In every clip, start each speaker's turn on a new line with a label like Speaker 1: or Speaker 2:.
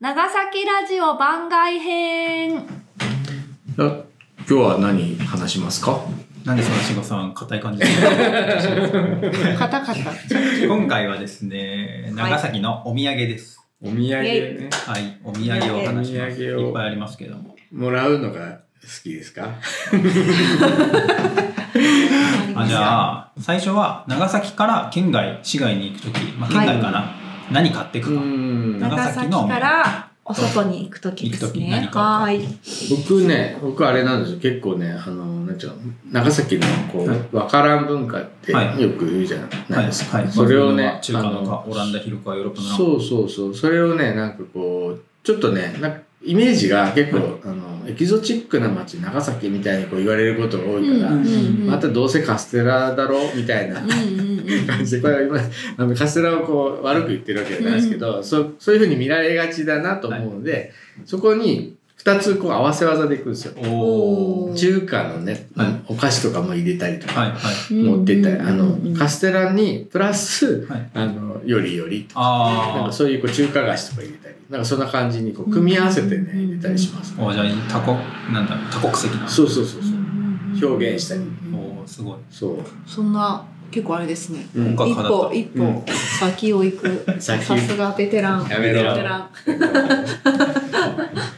Speaker 1: 長崎ラジオ番外編
Speaker 2: あ今日は何話しますか
Speaker 3: なんでその慎吾さん、硬い感じですか
Speaker 1: カタカタ
Speaker 3: 今回はですね、長崎のお土産です。
Speaker 2: お土産ね
Speaker 3: はい、お土産をお話します。
Speaker 2: お土産を
Speaker 3: いっぱいありますけども。
Speaker 2: もらうのが好きですか
Speaker 3: あじゃあ、最初は長崎から県外、市外に行くとき、まあ、県外かな、何買っていくか。
Speaker 2: ん
Speaker 3: 長
Speaker 1: 長
Speaker 3: 崎
Speaker 1: 崎
Speaker 3: の
Speaker 1: からお外に行くときですね
Speaker 3: 行く時何買うか
Speaker 1: はーい
Speaker 2: 僕ね僕あれなんですよ結構ねあのなんちゅうの長崎のこう、
Speaker 3: はい
Speaker 2: わからん文化ってよ
Speaker 3: はい
Speaker 2: く言うじゃないですか、
Speaker 3: はいはい
Speaker 2: それをね
Speaker 3: 中華
Speaker 2: あ
Speaker 3: の
Speaker 2: の
Speaker 3: か、オランダ広くはヨーロッパの
Speaker 2: そうそうそうそれをねなんかこうちょっとねなんかイメージが結構、
Speaker 3: はい
Speaker 2: あのエキゾチックな街長崎みたいにこう言われることが多いから、
Speaker 1: うんうんうん
Speaker 2: またどうせカステラだろみたいな
Speaker 1: うんうんうん
Speaker 2: 感じでこれは今あのカステラをこう悪く言ってるわけじゃないですけど、そうそういうふうに見られがちだなと思うので、そこに2つこう合わせ技でいくんですよ。
Speaker 3: お
Speaker 1: お
Speaker 3: ー。
Speaker 2: 中華のね、
Speaker 3: はい
Speaker 2: お菓子とかも入れたりとか、
Speaker 3: はい、はい。
Speaker 2: 持ってったり、あ
Speaker 1: うんうんうんう
Speaker 2: の
Speaker 1: ん
Speaker 2: カステラにプラス、
Speaker 3: はい
Speaker 2: あのよりよりとかなん
Speaker 3: あ
Speaker 2: かそういうこう中華菓子とか入れたりなんかそんな感じにこう組み合わせてね
Speaker 1: うん
Speaker 2: 入れたりします、
Speaker 3: ー。おじゃあ、多国、なんだ、多国籍な。
Speaker 2: そうそうそうそううん
Speaker 1: うんうん
Speaker 2: 表現したり
Speaker 3: おー、すごい。
Speaker 2: そう、
Speaker 1: そんな結構あれですね
Speaker 2: うん
Speaker 3: 本
Speaker 1: 一
Speaker 3: 格派だ
Speaker 1: 歩
Speaker 3: った
Speaker 1: 一
Speaker 2: うん
Speaker 1: 歩先を行くさ
Speaker 2: 先
Speaker 1: すがベテラン
Speaker 2: やめろ
Speaker 1: ベテラン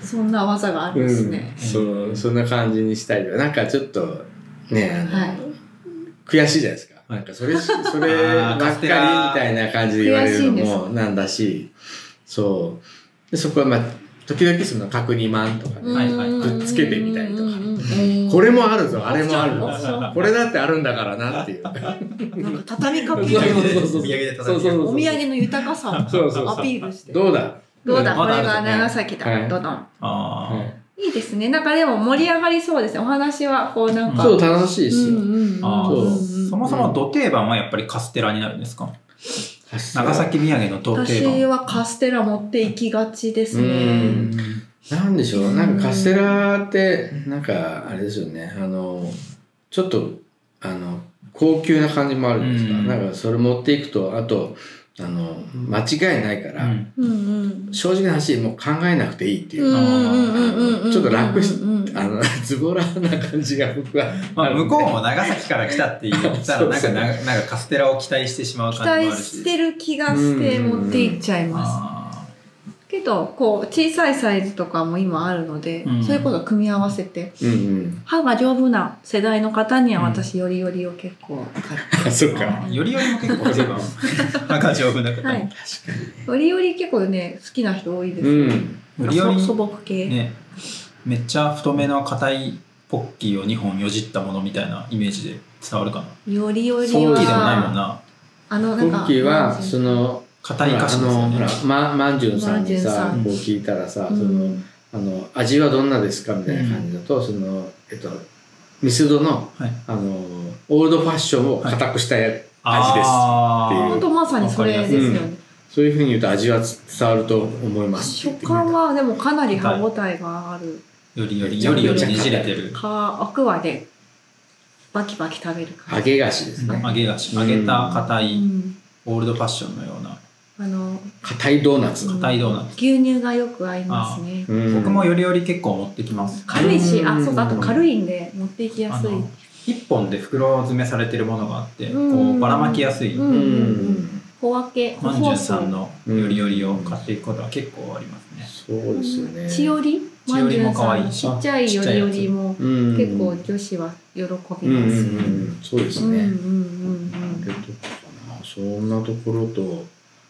Speaker 1: そんな技があるんですね、
Speaker 2: そうそんな感じにしたりとかなんかちょっとねあの、
Speaker 1: はい
Speaker 2: 悔しいじゃないですか。
Speaker 3: はい
Speaker 2: なんか それし、それば
Speaker 3: あ
Speaker 2: っ
Speaker 3: ー
Speaker 2: かり
Speaker 3: カ
Speaker 2: み
Speaker 3: ステラ
Speaker 2: たいな感じで言われる
Speaker 1: 悔しいんで
Speaker 2: のも
Speaker 1: す
Speaker 2: なんだし、そう。で、そこはまあ、時々その角煮まんとかね、
Speaker 3: はいはい
Speaker 2: くっつけてみたりとか
Speaker 1: か
Speaker 2: これもあるぞ、あれもある
Speaker 1: オプションオプショ
Speaker 2: ぞ
Speaker 1: ン。
Speaker 2: これだってあるんだからな っていう。
Speaker 1: なんか畳みかけ
Speaker 2: そうそうそうそう
Speaker 3: お土産で
Speaker 2: そうそうそう
Speaker 1: お土産の豊かさ
Speaker 2: そうそう
Speaker 1: を
Speaker 2: そ
Speaker 1: アピールして
Speaker 2: う。どうだ
Speaker 1: どうだ
Speaker 3: ま
Speaker 1: こ
Speaker 3: だあ
Speaker 1: れ
Speaker 3: るぞ
Speaker 1: が長崎
Speaker 2: は
Speaker 1: だ
Speaker 2: い
Speaker 1: どどん
Speaker 3: あー。
Speaker 2: はい
Speaker 1: いいですねなんかでも盛り上がりそうですねお話はこうなんか
Speaker 2: そう、楽しいです
Speaker 1: うん
Speaker 2: よ。
Speaker 1: うんうん
Speaker 3: あ
Speaker 2: そう
Speaker 1: うん
Speaker 3: そもそも土定番はやっぱりカステラになるんですか長崎土産の土定
Speaker 1: 私
Speaker 3: 番。
Speaker 1: はカステラ持って行きがちです
Speaker 2: う
Speaker 1: ね
Speaker 2: んなんでしょう、なんかカステラって、なんかあれですよね、あの、ちょっと、あの、高級な感じもあるんですか、
Speaker 3: うん
Speaker 2: なんかそれ持っていくと、あと、あの、間違いないか
Speaker 3: う
Speaker 2: ら、
Speaker 3: ん
Speaker 1: うんうん
Speaker 2: 正直な話、もう考えなくていいっていうう、
Speaker 1: んうんうんうんうん
Speaker 2: ちょっと楽し
Speaker 1: うんうん
Speaker 2: あの、 ズボラな感じが僕はるんで。
Speaker 3: まあ、向こうも長崎から来たって言 ったらなんかななんかカステラを期待してしまう
Speaker 1: 期
Speaker 3: 感
Speaker 1: 待
Speaker 3: じもあるし
Speaker 1: してる気がして持って行っちゃいます
Speaker 3: あ
Speaker 1: けどこう小さいサイズとかも今あるので
Speaker 3: うん
Speaker 1: そういうこと組み合わせて
Speaker 2: うんうん。
Speaker 1: 歯が丈夫な世代の方には
Speaker 3: うん
Speaker 1: 私よりよりを結構
Speaker 2: あ、そっ
Speaker 3: ー
Speaker 2: か。
Speaker 3: あーよりよりも結構定番赤丈夫な方、
Speaker 1: はいよりより結構ね好きな人多いで
Speaker 2: う
Speaker 1: すよ
Speaker 2: ん。
Speaker 3: よりよ
Speaker 1: そ素
Speaker 3: り、
Speaker 1: 朴系、
Speaker 3: ね、めっちゃ太めの硬いポッキーを2本よじったものみたいなイメージで伝わるかな
Speaker 1: よりより
Speaker 2: そう
Speaker 3: ポッキーでもないもん
Speaker 1: は
Speaker 3: な
Speaker 1: あの
Speaker 2: ポ
Speaker 1: なんか
Speaker 2: ッキー
Speaker 1: なん
Speaker 2: は、
Speaker 1: ていう
Speaker 2: その、
Speaker 3: 硬い菓子です
Speaker 2: ほら
Speaker 3: よ
Speaker 2: あの、ほ
Speaker 3: ね
Speaker 2: ら、ま、まんじゅんさ
Speaker 1: まん
Speaker 2: んにさ
Speaker 1: じゅんさ、ん
Speaker 2: こう聞いたら
Speaker 1: う
Speaker 2: さ、その、
Speaker 1: ん
Speaker 2: あの味はどんなですかみたいな感じだと、そのえっとミスドの
Speaker 3: はい
Speaker 2: あのオールドファッションを固くしたや、味です
Speaker 3: あー
Speaker 2: ってい
Speaker 1: ほん
Speaker 2: う
Speaker 1: とまさにそれですよね、
Speaker 2: そういうふうに言うと味は伝わると思います
Speaker 1: 食感はでもかなり歯応えがある
Speaker 3: よりよりよりよりねじれてる
Speaker 1: かアクアでバキバキ食べる
Speaker 2: 揚
Speaker 1: 感じ、
Speaker 2: げ菓子ですね
Speaker 3: 揚げ菓子揚げた硬
Speaker 1: う
Speaker 3: い
Speaker 1: ん、
Speaker 3: オールドファッションのような
Speaker 1: あの
Speaker 2: 硬いドーナツ、
Speaker 3: 硬いドーナツ
Speaker 1: 牛乳がよく合いますね
Speaker 2: うん
Speaker 3: 僕もよりより結構持ってきます
Speaker 1: 軽いし
Speaker 2: う
Speaker 1: あ
Speaker 2: ん
Speaker 1: そうかあと軽いんで持っていきや
Speaker 3: あ
Speaker 1: すい
Speaker 3: の1本で袋詰めされてるものがあってこ
Speaker 1: うん
Speaker 3: うばらまきやすい
Speaker 1: うん
Speaker 2: うん
Speaker 1: 小分け
Speaker 3: まんじゅうさんの
Speaker 2: うん
Speaker 3: よりよりを買っていくことは結構ありますね
Speaker 2: そうですよね
Speaker 1: ちより
Speaker 3: ちよりも可愛いし
Speaker 1: ちっちゃいよりよりも
Speaker 2: うん
Speaker 1: 結構女子は喜びますよ
Speaker 2: うんうん
Speaker 1: ね
Speaker 2: うんそうです
Speaker 1: うんうんう
Speaker 2: ね、
Speaker 1: ん
Speaker 2: 揚げとかかなそんなところと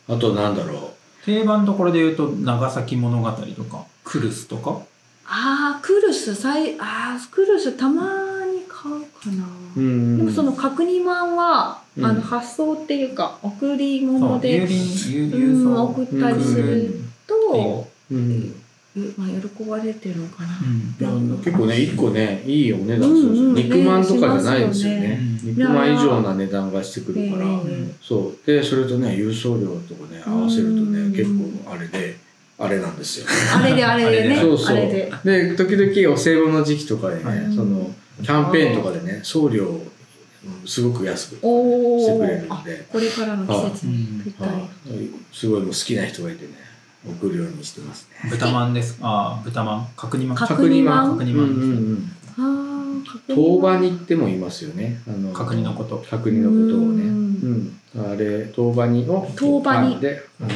Speaker 2: あとなんだろ
Speaker 3: 定番どころで言うと長崎物語とかクルスとか
Speaker 1: ああクルスさいあークルスたまに買うかな、
Speaker 2: う、うん
Speaker 1: でもその角煮まんは、
Speaker 2: うん
Speaker 1: あの発送っていうか贈り
Speaker 3: そう
Speaker 1: 物
Speaker 3: 郵
Speaker 1: で
Speaker 3: 便郵
Speaker 1: う
Speaker 3: 郵
Speaker 1: ん
Speaker 3: 送
Speaker 1: 送ったりすると、
Speaker 2: うん
Speaker 1: うまあ、喜ばれてるのかな、
Speaker 2: いや結構ね1個ねいいお値段するんです
Speaker 1: う
Speaker 2: よ、
Speaker 1: んうん
Speaker 2: 肉まんとかじゃないんですよね
Speaker 3: ねしますよ
Speaker 2: 肉まん以上な値段がしてくるから、
Speaker 1: ええ
Speaker 2: そうでそれとね郵送料とかね合わせるとね、
Speaker 1: うん
Speaker 2: 結構あれであれなんですよ
Speaker 1: あれであれでね
Speaker 3: え
Speaker 1: あれ
Speaker 2: そうそう
Speaker 1: で
Speaker 2: で時々お歳暮の時期とかでね、
Speaker 3: はい
Speaker 2: そのキャンペーンとかでね送料をすごく安くして
Speaker 1: お
Speaker 2: くれ
Speaker 1: ー
Speaker 2: るん
Speaker 1: あ
Speaker 2: で、
Speaker 1: これからの季節にぴったり
Speaker 2: はいすごいもう好きな人がいてね
Speaker 4: 送るようにしてますね。
Speaker 3: 豚まんです。ああ、豚まん。角煮まん。
Speaker 1: 角
Speaker 3: 角
Speaker 1: 角煮まん
Speaker 3: 煮
Speaker 2: うん
Speaker 3: ま
Speaker 2: うん
Speaker 3: ん。
Speaker 2: うん。
Speaker 1: ああ
Speaker 2: 豆板煮っても言いますよね。あの
Speaker 3: 角煮のこと。
Speaker 2: 角煮のことをね。
Speaker 1: う
Speaker 2: うん。あれ、豆板煮を
Speaker 1: 豆板煮
Speaker 2: パンで、あの、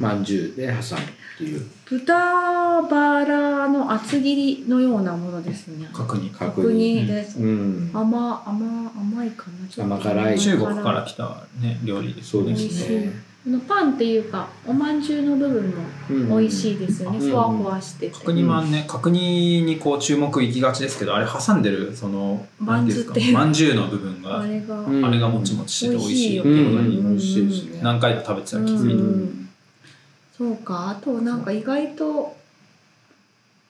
Speaker 2: まんじゅうで挟むっていう
Speaker 1: 豚バラの厚切りのようなものですね
Speaker 3: 角煮。
Speaker 2: 角
Speaker 1: 角
Speaker 2: 煮。
Speaker 1: 煮です、
Speaker 2: うん。
Speaker 1: 甘甘甘いかなちょっと
Speaker 2: 甘辛い
Speaker 3: 中国から来たね、料理です
Speaker 2: そ
Speaker 3: ね。
Speaker 2: うですね。
Speaker 1: このパンっていうかお饅頭の部分も美味し
Speaker 2: い。
Speaker 1: いですよね、
Speaker 2: うん
Speaker 1: ふわふわしてて、
Speaker 3: 角煮まんね、角煮にこう注目いきがちですけど、あれ挟んでる、その、
Speaker 1: まんじゅう
Speaker 3: なんてい
Speaker 1: って
Speaker 3: うか、まんじゅうの部分が、
Speaker 1: あれが、
Speaker 2: うん
Speaker 3: あれがもちもちしてて美味しいよって
Speaker 2: う
Speaker 3: こ
Speaker 2: ん
Speaker 3: と
Speaker 2: う
Speaker 3: に、
Speaker 2: ん、美味しいですね。
Speaker 3: 何回も食べてたら気
Speaker 1: う
Speaker 3: づいて。
Speaker 1: んそうかあとなんか意外と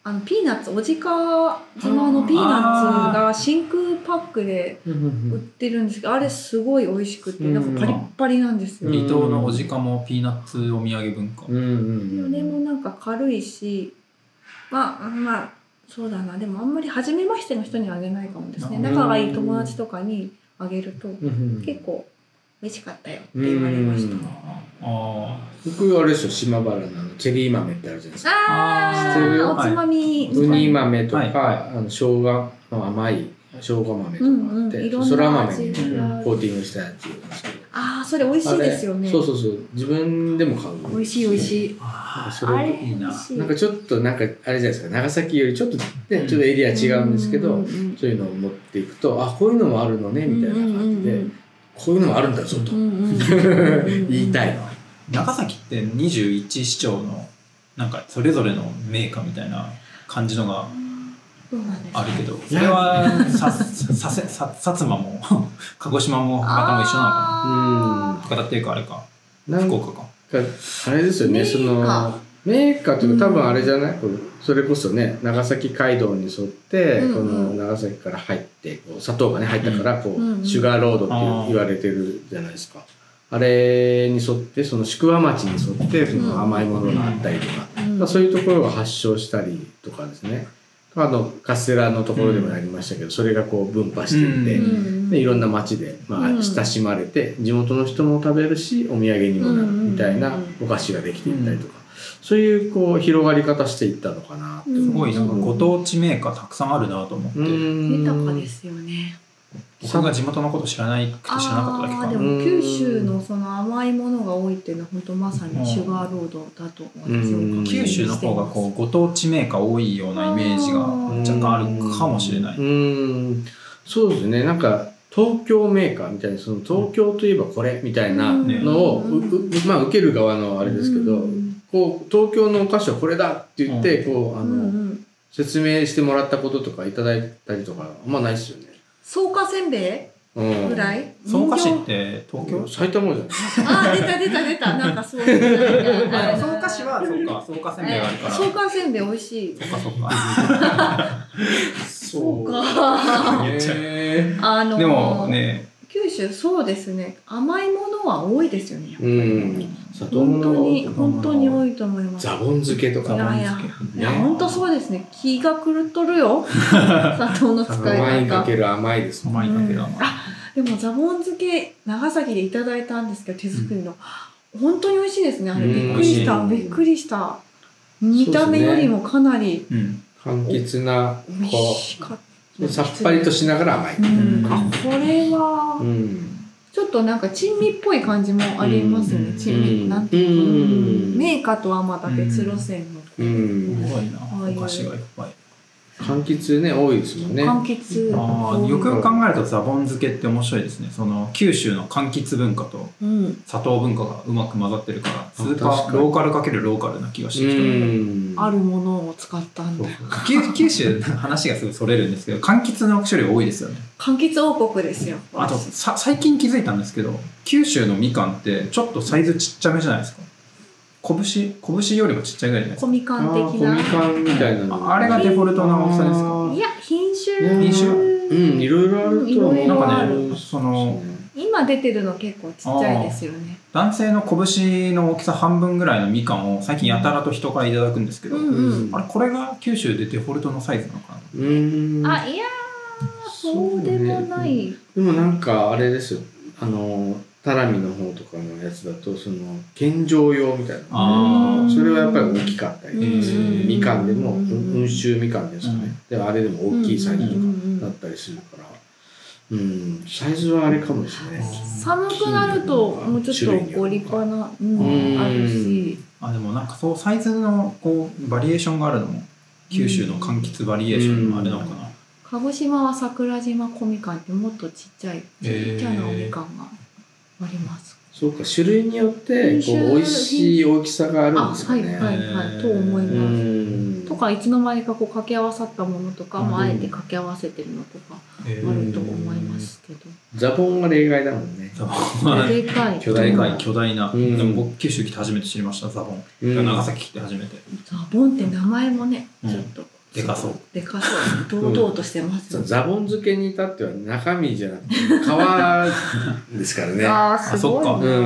Speaker 1: あのピーナッツおじか自慢のピーナッツが真空パックで
Speaker 2: うん
Speaker 1: 売ってるんですけどあれすごい美味しくて
Speaker 2: うん
Speaker 1: なんかパリッパリなんですよ、
Speaker 2: うん
Speaker 3: 離島のおじかもピーナッツお土産文化。
Speaker 2: うんうん。
Speaker 1: でもなんか軽いしまあまあそうだなでもあんまり初めましての人にはあげないかもですね
Speaker 3: うん
Speaker 1: 仲がいい友達とかにあげると
Speaker 2: うん
Speaker 1: 結構美味しかったよって言われました、
Speaker 2: うん
Speaker 3: あ
Speaker 2: 僕あれですよ島原のあのチェリー豆ってあるじゃないですか
Speaker 1: あ
Speaker 2: 知ってる
Speaker 1: ー
Speaker 2: よ
Speaker 1: おつまみ、
Speaker 2: ウニ豆とか、
Speaker 3: はい
Speaker 2: あの生姜の甘い生姜豆とかあって、
Speaker 1: うんうんいろんな味
Speaker 2: そら豆に、ね
Speaker 1: が
Speaker 2: コーティングしたやつなんですけど
Speaker 1: ああそれ美味しいですよね
Speaker 2: あれそうそうそう自分でも買う
Speaker 1: 美味しい美味しい
Speaker 3: あ。
Speaker 2: それ
Speaker 1: あれ
Speaker 3: いいな
Speaker 1: 美味しい
Speaker 2: なんかちょっとなんかあれじゃないですか長崎よりちょっと、ね、
Speaker 3: うん
Speaker 2: ちょっとエリア違うんですけど、
Speaker 1: うんうんうん
Speaker 2: そういうのを持っていくとあこういうのもあるのねみたいな感じで、
Speaker 1: うんうんうん
Speaker 2: こういうのもあるんだぞと、
Speaker 1: うんうんうん
Speaker 2: 言いたいな
Speaker 3: 長崎って21市町の、なんかそれぞれの名家みたいな感じのが
Speaker 1: そうなんです
Speaker 3: あるけど、それはさ、さ、させ、さ、薩摩も、鹿児島も、博多も一緒なのか
Speaker 1: あ
Speaker 3: な博多っていうかあれか、
Speaker 2: なん
Speaker 3: 福
Speaker 2: か
Speaker 3: 岡か。
Speaker 2: あれですよね
Speaker 1: メーカ
Speaker 2: そ
Speaker 1: ー
Speaker 2: のメーカーというか多
Speaker 1: うん
Speaker 2: 分あれじゃない、こうそれこそね長崎街道に沿って、
Speaker 1: うんうん
Speaker 2: この長崎から入ってこう砂糖がね入ったからこう、
Speaker 1: うんうん
Speaker 2: シュガーロードって
Speaker 3: あー
Speaker 2: 言われてるじゃないですかあれに沿ってその宿場町に沿ってそ
Speaker 1: うん
Speaker 2: の甘いものがあったりとか、
Speaker 1: ーうん
Speaker 2: まあそういうところが発祥したりとかですねあのカステラのところでもやりましたけど、それがこう分派していって、
Speaker 3: うん
Speaker 2: でいろんな
Speaker 1: も
Speaker 2: 町で、まあ
Speaker 1: うん
Speaker 2: 親しまれて地元の人も食べるしお土産にもなるみたいな
Speaker 1: うんうん
Speaker 2: お菓子ができていったりとか、そういうこう広がり方していったのかなって
Speaker 3: す
Speaker 2: 思
Speaker 3: ご
Speaker 2: う
Speaker 3: い、なんかご当地メーカーたくさんあるなと思って、
Speaker 2: うん
Speaker 1: 豊かですよね
Speaker 3: 僕が地元のこと知らないくて知らなかっただけ
Speaker 1: あ
Speaker 3: か
Speaker 1: ー
Speaker 3: な
Speaker 1: で
Speaker 2: も。
Speaker 1: も九州のその甘いものが多いっていうのは本当まさにシュガーロードだと私は
Speaker 2: うん
Speaker 3: 九州の方がこうご当地メーカー多いようなイメージが若干あるかもしれない。
Speaker 2: うんそうですねなんか東京メーカーみたいにその東京といえばこれみたいなのを、
Speaker 1: うん
Speaker 2: ううまあ、受ける側のあれですけど、
Speaker 1: うん
Speaker 2: こう東京のお菓子はこれだって言って、こうあの、
Speaker 1: うんうん
Speaker 2: 説明してもらったこととかいただいたりとかあんまないですよね。
Speaker 1: 草加せんべ
Speaker 2: うん
Speaker 1: いぐらい
Speaker 3: 草加市
Speaker 1: 人
Speaker 3: っ
Speaker 1: 形
Speaker 3: て東京
Speaker 2: 埼玉じゃない
Speaker 1: あー出た出た出 たなんかそういう
Speaker 3: あでも草加市はそうか、草加せんべいがあるから。
Speaker 1: 草加せんべい美味しい
Speaker 3: そっかそっか。
Speaker 2: そう
Speaker 1: か
Speaker 3: 言っちゃう
Speaker 2: へ
Speaker 1: あのー
Speaker 3: でもね、
Speaker 1: 九州そうですね甘いものは多いですよねやっ
Speaker 2: ー
Speaker 1: ぱ
Speaker 2: う
Speaker 1: り
Speaker 2: ん。砂糖
Speaker 1: 本当に
Speaker 2: の
Speaker 1: 本当に多いと思います
Speaker 2: ザボン漬けと
Speaker 1: い
Speaker 2: か。
Speaker 1: やいやいや
Speaker 2: ね
Speaker 1: 本当そうですね気が狂っとるよ 砂糖の使
Speaker 2: 甘
Speaker 1: い
Speaker 2: いか
Speaker 1: 方
Speaker 2: ける甘いです。
Speaker 3: 甘いだけだ
Speaker 1: うん
Speaker 3: な。
Speaker 1: あでもザボン漬け長崎でいただいたんですけど手作りの、本当に美味しいですねあれ
Speaker 2: うん
Speaker 1: びっくりした、
Speaker 2: 美味しい
Speaker 1: びっくりした見た目よりもかなり
Speaker 3: うん。
Speaker 2: 柑橘な
Speaker 1: 美味
Speaker 2: こ
Speaker 1: しかっ
Speaker 2: うさっぱりとしながら甘い
Speaker 1: た、う。ん、
Speaker 3: うん
Speaker 1: あこれは、
Speaker 2: うん。
Speaker 1: ちょっとなんか珍味っぽい感じもありますよね、
Speaker 3: うん
Speaker 1: 珍味、
Speaker 2: うん
Speaker 1: なんていうのかな、
Speaker 2: うん
Speaker 1: メーカーとはまた別路線の、
Speaker 2: うん。
Speaker 3: すごいな
Speaker 1: ああい。う
Speaker 3: お菓子がいっぱい。
Speaker 2: 柑橘ね多いですもんね。
Speaker 1: 柑橘
Speaker 3: ああ、よくよく考えるとザボン漬けって面白いですね。その九州の柑橘文化と
Speaker 1: うん、
Speaker 3: 砂糖文化がうまく混ざってるから、スー
Speaker 2: 確
Speaker 3: パ
Speaker 2: か
Speaker 3: ー
Speaker 2: に
Speaker 3: ローカルかけるローカルな気がしてきた。
Speaker 2: うん。
Speaker 1: あるものを使ったんだよ
Speaker 3: 九九州話がすごいそれるんですけど柑橘の種類多いですよね
Speaker 1: 柑橘王国ですよ
Speaker 3: あとさ最近気づいたんですけど九州のみかんってちょっとサイズちっちゃめじゃないですか拳拳よりもちっちゃいぐらいじゃないです
Speaker 1: コミ
Speaker 2: あ
Speaker 1: カン
Speaker 2: ー
Speaker 1: 的
Speaker 2: 小み
Speaker 1: な
Speaker 2: かんみたいなの。
Speaker 3: ああれがデフォルトな大きさですか
Speaker 1: いや品種
Speaker 2: 品
Speaker 3: 種
Speaker 2: うん、いろいろあると思
Speaker 1: いろ
Speaker 2: う。
Speaker 1: いろ
Speaker 3: ある
Speaker 2: うん
Speaker 3: その、
Speaker 1: 今出てるの結構ちっちゃいですよね。
Speaker 3: か男性の拳の大きさ半分ぐらいのみかんを最近やたらと人からいただくんですけど、
Speaker 1: うんうん。
Speaker 3: あれこれが九州でデフォルトのサイズなのかな
Speaker 2: うん。
Speaker 1: あいやーそうでもない。
Speaker 2: でもなんかあれですよ。あのタラミの方とかのやつだと、その、健常用みたいな。
Speaker 3: あ
Speaker 1: ー
Speaker 2: それはやっぱり大きかったりとかする
Speaker 3: うん
Speaker 2: みかんでも、
Speaker 1: うん
Speaker 2: 温州みかんですかね。で、あれでも大きいサイズ
Speaker 1: うん
Speaker 2: とか
Speaker 1: うんうん
Speaker 2: だったりするから。うん、サイズはあれかもしれない。
Speaker 1: 寒くなるともうちょっとご立派な、うん、
Speaker 2: うん
Speaker 1: あるし
Speaker 3: あでもなんかそうサイズのこうバリエーションがあるのも九州の柑橘バリエーションのあれなのかな、
Speaker 1: 鹿児島は桜島小みかんってもっとちっちゃいちっちゃなおみかんがあります、
Speaker 2: そうか、種類によって、こう、美味しい大きさがあるん
Speaker 1: あ
Speaker 2: ですか
Speaker 1: はい
Speaker 2: ね。
Speaker 1: はいはいと思いうます、
Speaker 2: ん。
Speaker 1: とかいつの間にかこう掛け合わさったものとかも
Speaker 3: うん
Speaker 1: あえて掛け合わせてるのとか
Speaker 3: え
Speaker 1: あ
Speaker 3: ー
Speaker 1: ると思いますけど、
Speaker 2: ザボンは例外だもんね。
Speaker 3: ザボンは
Speaker 1: で
Speaker 3: ね
Speaker 1: かい
Speaker 2: 巨
Speaker 3: で
Speaker 2: 大
Speaker 3: かい巨大な、
Speaker 2: うん
Speaker 3: でも僕九州来て初めて知りましたザボン、
Speaker 2: うん
Speaker 3: 長崎来て初めて
Speaker 1: ザボンって名前もね、
Speaker 3: うん
Speaker 1: ちょっと
Speaker 3: でかそう
Speaker 1: でかそう堂々としてます
Speaker 2: そ
Speaker 1: よ
Speaker 2: う
Speaker 1: ね、。
Speaker 2: ザボン漬けに至っては中身じゃなくて皮ですからね
Speaker 1: ああすごいな
Speaker 3: あそっか
Speaker 2: う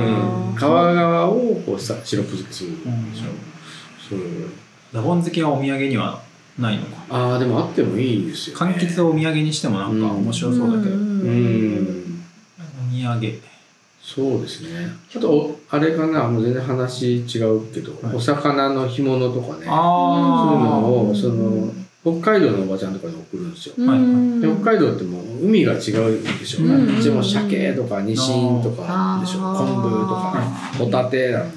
Speaker 2: ん、皮側をこうさシロップ漬けするでしょ、そう
Speaker 3: ザボン漬けはお土産にはないのか
Speaker 2: ああでもあってもいいですよ、
Speaker 3: 柑
Speaker 2: ね、
Speaker 3: 橘をお土産にしてもなんか面白そうだけど、
Speaker 1: ん
Speaker 2: うんん
Speaker 3: お土産
Speaker 2: そうですねあとおあれかなもう全然話違うけど、
Speaker 3: はい
Speaker 2: お魚の干物とかねそういう
Speaker 3: ああ
Speaker 2: のをその北海道のおばちゃんとかに送るんですよ、
Speaker 3: はい
Speaker 2: で北海道ってもう海が違うでしょ、う
Speaker 3: うん
Speaker 2: あっちも鮭とかニシンとかでしょ
Speaker 1: あー
Speaker 2: 昆布とかホタテなのね、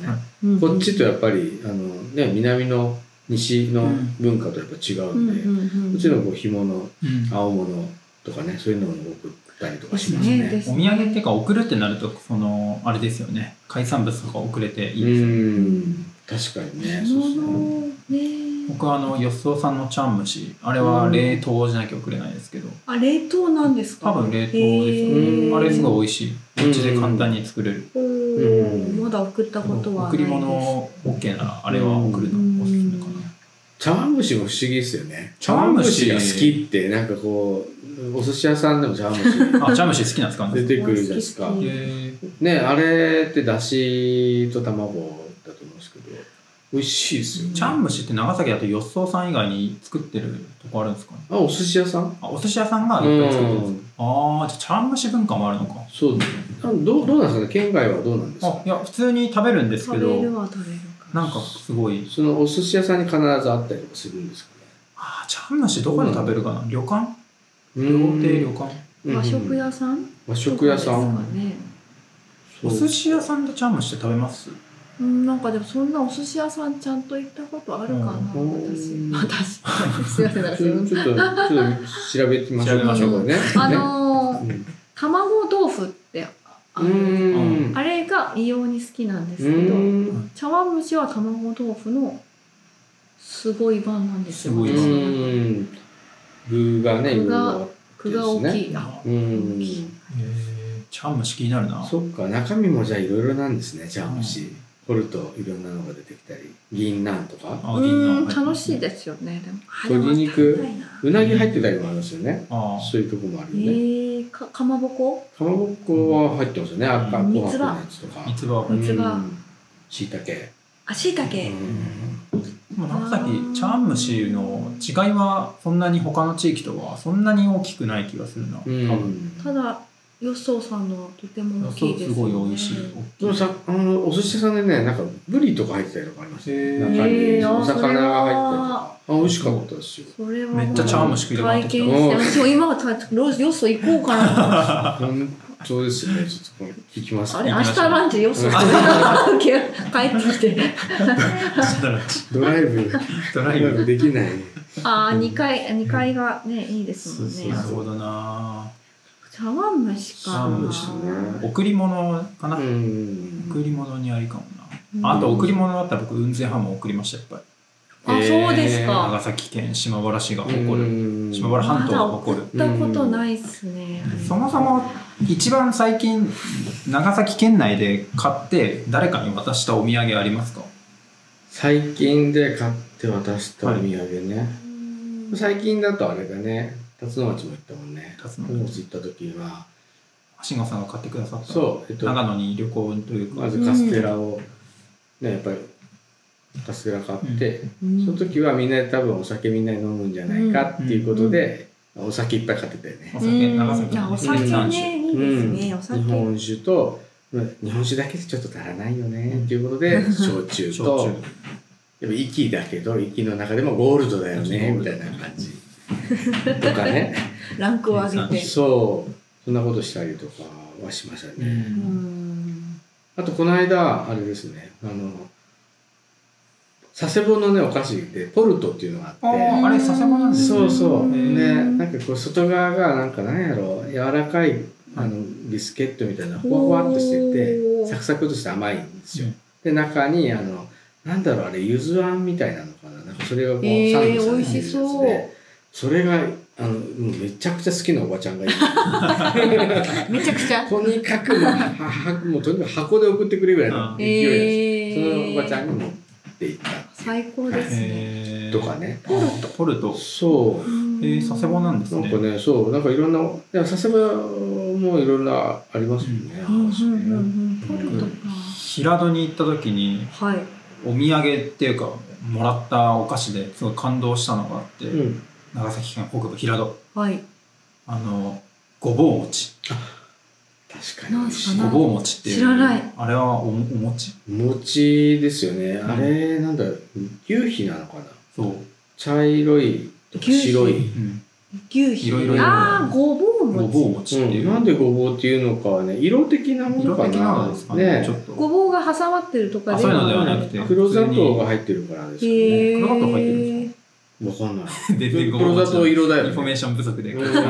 Speaker 1: うん
Speaker 2: こっちとやっぱりあの、ね、南の西の文化とやっぱ違うんで、う
Speaker 1: うん
Speaker 2: ちのこう干物
Speaker 3: うん
Speaker 2: 青物とかねそういうのを送ったりとかします
Speaker 1: です
Speaker 2: ね
Speaker 1: ねです
Speaker 3: お土産っていうか送るってなるとそのあれですよね海産物とか送れていいですよね、
Speaker 2: うん確かにねそう
Speaker 1: そ
Speaker 2: そう
Speaker 1: のね
Speaker 3: 僕はあのよっそうさんのちゃん蒸しあれは冷凍じゃなきゃ送れないですけど、
Speaker 1: あ冷凍なんですか
Speaker 3: 多分冷凍ですよ
Speaker 1: へー
Speaker 3: あれすごい美味しい
Speaker 2: うん
Speaker 3: うちで簡単に作れる、
Speaker 1: おーまだ送ったことはない
Speaker 3: 贈り物 OK ならあれは送るのおすすめかな、
Speaker 2: 茶碗蒸しも不思議ですよね
Speaker 3: 茶碗蒸し
Speaker 2: 茶碗蒸が好きってなんかこうお寿司屋さんでも茶碗蒸し
Speaker 3: あ、ジャムシ好きなんですか
Speaker 2: 出
Speaker 3: ね。
Speaker 2: てくるじゃないですか
Speaker 1: 好き
Speaker 3: え
Speaker 2: ねあれってだしと卵だと思うんですけど美味しいですよ
Speaker 3: ー、チャンムシって長崎だとよっそうさん以外に作ってるとこあるんですかね
Speaker 2: あお寿司屋さん
Speaker 3: あ、お寿司屋さんがいっぱい作ってるんです
Speaker 2: うん
Speaker 3: かあー、じゃあチャンムシ文化もあるのか。
Speaker 2: そうあどうどうなんですかね県外はどうなんですか
Speaker 3: あ、いや、普通に食べるんですけ
Speaker 1: 食べる
Speaker 3: ど、
Speaker 1: は食べるか
Speaker 3: なんかすごい、
Speaker 2: そのお寿司屋さんに必ずあったりとかするんですかね
Speaker 3: あー、チャンムシどこで食べるかな、旅館
Speaker 2: 料
Speaker 3: 料亭旅館
Speaker 1: 和食屋さん
Speaker 2: 和食屋さ
Speaker 1: とか
Speaker 2: ん
Speaker 1: ですかね
Speaker 3: お寿司屋さんでチャンムシって食べます
Speaker 1: うんなんかでもそんなお寿司屋さんちゃんと行ったことあるかな
Speaker 2: うん
Speaker 1: 私 私すいませんなんか
Speaker 2: ち
Speaker 1: そういう
Speaker 2: ょちょっとちょっと調べてみましょう
Speaker 3: 調べま
Speaker 1: しょう
Speaker 2: これね
Speaker 1: あのー
Speaker 2: ね
Speaker 1: 卵豆腐ってあ
Speaker 2: う
Speaker 1: の
Speaker 2: ん
Speaker 1: あれが異様に好きなんです
Speaker 2: う
Speaker 1: けど
Speaker 2: ん
Speaker 1: 茶碗蒸しは卵豆腐のすごい版なんですよ
Speaker 3: すごい版
Speaker 1: 私の中で
Speaker 2: ん具がねいろい
Speaker 1: 具
Speaker 2: ろ
Speaker 1: が具が大きいあ
Speaker 3: あ
Speaker 2: うん
Speaker 3: チャンムシ気になるな。
Speaker 2: そっか中身もじゃあいろいろなんですねじゃあもし掘るといろんなのが出てきたり銀杏とか
Speaker 3: あ
Speaker 1: う
Speaker 3: 銀
Speaker 1: ん
Speaker 3: 杏
Speaker 1: 楽しいですよねでもあ
Speaker 2: 鶏肉
Speaker 1: でも食べたいな
Speaker 2: うなぎ入ってたりもありますよね
Speaker 3: あー
Speaker 2: そういうとこもあ
Speaker 1: え
Speaker 2: るよね
Speaker 1: ーかかまぼこ
Speaker 2: かまぼっこは入ってますよね赤
Speaker 3: うん
Speaker 2: 紅白のやつとか
Speaker 3: 三つ葉。
Speaker 1: 三つ葉
Speaker 2: しいたけ
Speaker 1: あしいたけ
Speaker 3: でも長崎茶碗蒸しの違いはそんなに他の地域とはそんなに大きくない気がするな、
Speaker 2: うん
Speaker 3: 多分
Speaker 1: ただよそうさんのとても大きいですすよ
Speaker 3: ごい
Speaker 1: ね
Speaker 3: 美味しい
Speaker 2: そのさあのお寿司屋さんでねなんかブリとか入ってたりとかありましたよ
Speaker 3: へ
Speaker 2: 中
Speaker 1: へ
Speaker 2: に
Speaker 1: ー
Speaker 2: お魚が入ってたりとかあ美味しかったですよ
Speaker 1: それは
Speaker 3: めっちゃ茶碗蒸し食いたくなっ
Speaker 1: 体
Speaker 3: てき
Speaker 1: 験
Speaker 3: た
Speaker 1: して私も今はたロよそ行こうか な
Speaker 2: 本当ですよねちょっとこれ聞きます
Speaker 1: あれ
Speaker 2: ね
Speaker 1: 明日ランチよそ 帰ってきて
Speaker 2: ドライブ
Speaker 3: ド
Speaker 2: ド
Speaker 3: ラ
Speaker 2: ラ
Speaker 3: イ
Speaker 2: イブ
Speaker 3: ブ
Speaker 2: でき ない
Speaker 1: ああ2階二階がねいいですもん
Speaker 2: そう
Speaker 1: ね
Speaker 2: そう
Speaker 3: なる
Speaker 2: そう
Speaker 3: ほどな
Speaker 1: 茶碗蒸しか
Speaker 3: 茶碗蒸し
Speaker 2: ね
Speaker 3: 贈り物かな、
Speaker 2: うん
Speaker 3: 贈り物にありかも
Speaker 1: うん
Speaker 3: なあと贈り物だったら僕雲仙ハムを贈りましたやっぱり
Speaker 1: あそうですか
Speaker 3: 長崎県島原市が誇る
Speaker 2: うん
Speaker 3: 島原半
Speaker 1: ま
Speaker 3: 島が
Speaker 1: だ
Speaker 3: 誇
Speaker 1: 送
Speaker 3: る
Speaker 1: ったことないっすね
Speaker 3: そもそも一番最近長崎県内で買って誰かに渡したお土産ありますか
Speaker 2: 最近で買って渡したお土産ね、
Speaker 1: うん
Speaker 2: 最近だとあれだね辰野町も行ったもんね
Speaker 3: 辰野
Speaker 2: 野町行った時は
Speaker 3: 慎吾さんが買ってくださった
Speaker 2: そう、えっと、
Speaker 3: 長野に旅行というか、
Speaker 2: まずカステラを、ねやっぱりカステラ買って、その時はみんなで多分お酒みんなで飲むんじゃないかっていうことで、お酒いっぱい買ってたよね
Speaker 3: お。
Speaker 1: う
Speaker 3: 酒
Speaker 1: ん
Speaker 3: 長崎
Speaker 1: あ
Speaker 3: の
Speaker 1: お酒ねいいですねお
Speaker 2: 日
Speaker 1: 酒
Speaker 2: 本酒と日本酒だけでちょっと足らないよねっていうこと で焼酎と
Speaker 3: 焼酎
Speaker 2: でも息だけど息の中でもゴールドだよねみたいな感じ とかね
Speaker 1: ランクを上げて。
Speaker 2: そうそんなことしたりとかはしましたね、
Speaker 1: うーん。
Speaker 2: あとこの間あれですねあの佐世保のねお菓子でポルトっていうのが
Speaker 3: あ
Speaker 2: あっ
Speaker 3: ああれ佐世保なん
Speaker 2: て
Speaker 3: です
Speaker 2: そう
Speaker 3: ね
Speaker 2: そう
Speaker 3: へ
Speaker 2: ね
Speaker 3: ー
Speaker 2: なんかこう外側がなんかなんやろ柔らかいあのビスケットみたいなふわふわっとしてて
Speaker 1: おー
Speaker 2: サクサクっとして甘いんですよ、
Speaker 3: うん
Speaker 2: で中にあのなんだろうあれゆずあんみたいなのかななんかそれがこう、
Speaker 1: え
Speaker 2: サン
Speaker 1: ー、
Speaker 2: ドさ
Speaker 1: 美
Speaker 2: れ
Speaker 1: 味
Speaker 2: てるや
Speaker 1: し
Speaker 2: つ
Speaker 1: そう。
Speaker 2: でそれがあのもうめちゃくちゃ好きなおばちゃんがいる
Speaker 1: めちゃくちゃ。
Speaker 2: とにかくもうははもうとにかく箱で送ってくれぐらいの勢いです、
Speaker 1: えー、
Speaker 2: そのおばちゃんに持っていった
Speaker 1: 最高ですね。
Speaker 3: へー
Speaker 2: とかね
Speaker 3: ポルトポルト
Speaker 2: そうう
Speaker 1: ーん
Speaker 3: えー、佐世保なんです
Speaker 2: なん
Speaker 3: ね
Speaker 2: かねそうなんかいろんなでも佐世保もいろんなありますもんね、
Speaker 1: うんうん
Speaker 2: 話ね
Speaker 1: うんうん。ポルトか。
Speaker 3: 平戸に行った時に
Speaker 1: はい。
Speaker 3: お土産っていうかもらったお菓子ですごい感動したのがあって、
Speaker 2: うん
Speaker 3: 長崎県北部平戸
Speaker 1: はい。
Speaker 3: あのごぼう餅
Speaker 2: 確かに美味しい
Speaker 1: な
Speaker 3: ご
Speaker 1: んすか
Speaker 3: ぼう餅っていう
Speaker 1: 知らない
Speaker 3: あれはおお餅
Speaker 2: 餅ですよね
Speaker 3: ん
Speaker 2: あれなんだ牛皮なのかな
Speaker 3: そう、
Speaker 2: 茶色いとか
Speaker 1: 牛皮
Speaker 2: 白い、
Speaker 3: うん、
Speaker 1: 牛皮。
Speaker 3: いろいろいろ
Speaker 1: ああ、ごぼう
Speaker 3: ごぼう
Speaker 1: 餅。
Speaker 3: 餅
Speaker 2: う
Speaker 3: ってい
Speaker 2: ん、
Speaker 3: う、
Speaker 2: なんでごぼうっていうのかはね色的なもの
Speaker 3: 色
Speaker 2: かな
Speaker 3: 的なのですかね
Speaker 2: ね
Speaker 3: ちょっと
Speaker 1: ごぼうが挟まってるとか
Speaker 3: あそういうのでは
Speaker 2: な
Speaker 3: くて
Speaker 2: 黒砂糖が入ってるからですかね
Speaker 1: へえ。
Speaker 3: 黒砂糖入ってるん
Speaker 2: わかんない
Speaker 3: ででごぼう
Speaker 2: 黒
Speaker 3: 餅
Speaker 2: 砂糖色だよ
Speaker 3: インフォメ
Speaker 2: ね
Speaker 3: ーション不足で、
Speaker 2: うん
Speaker 3: で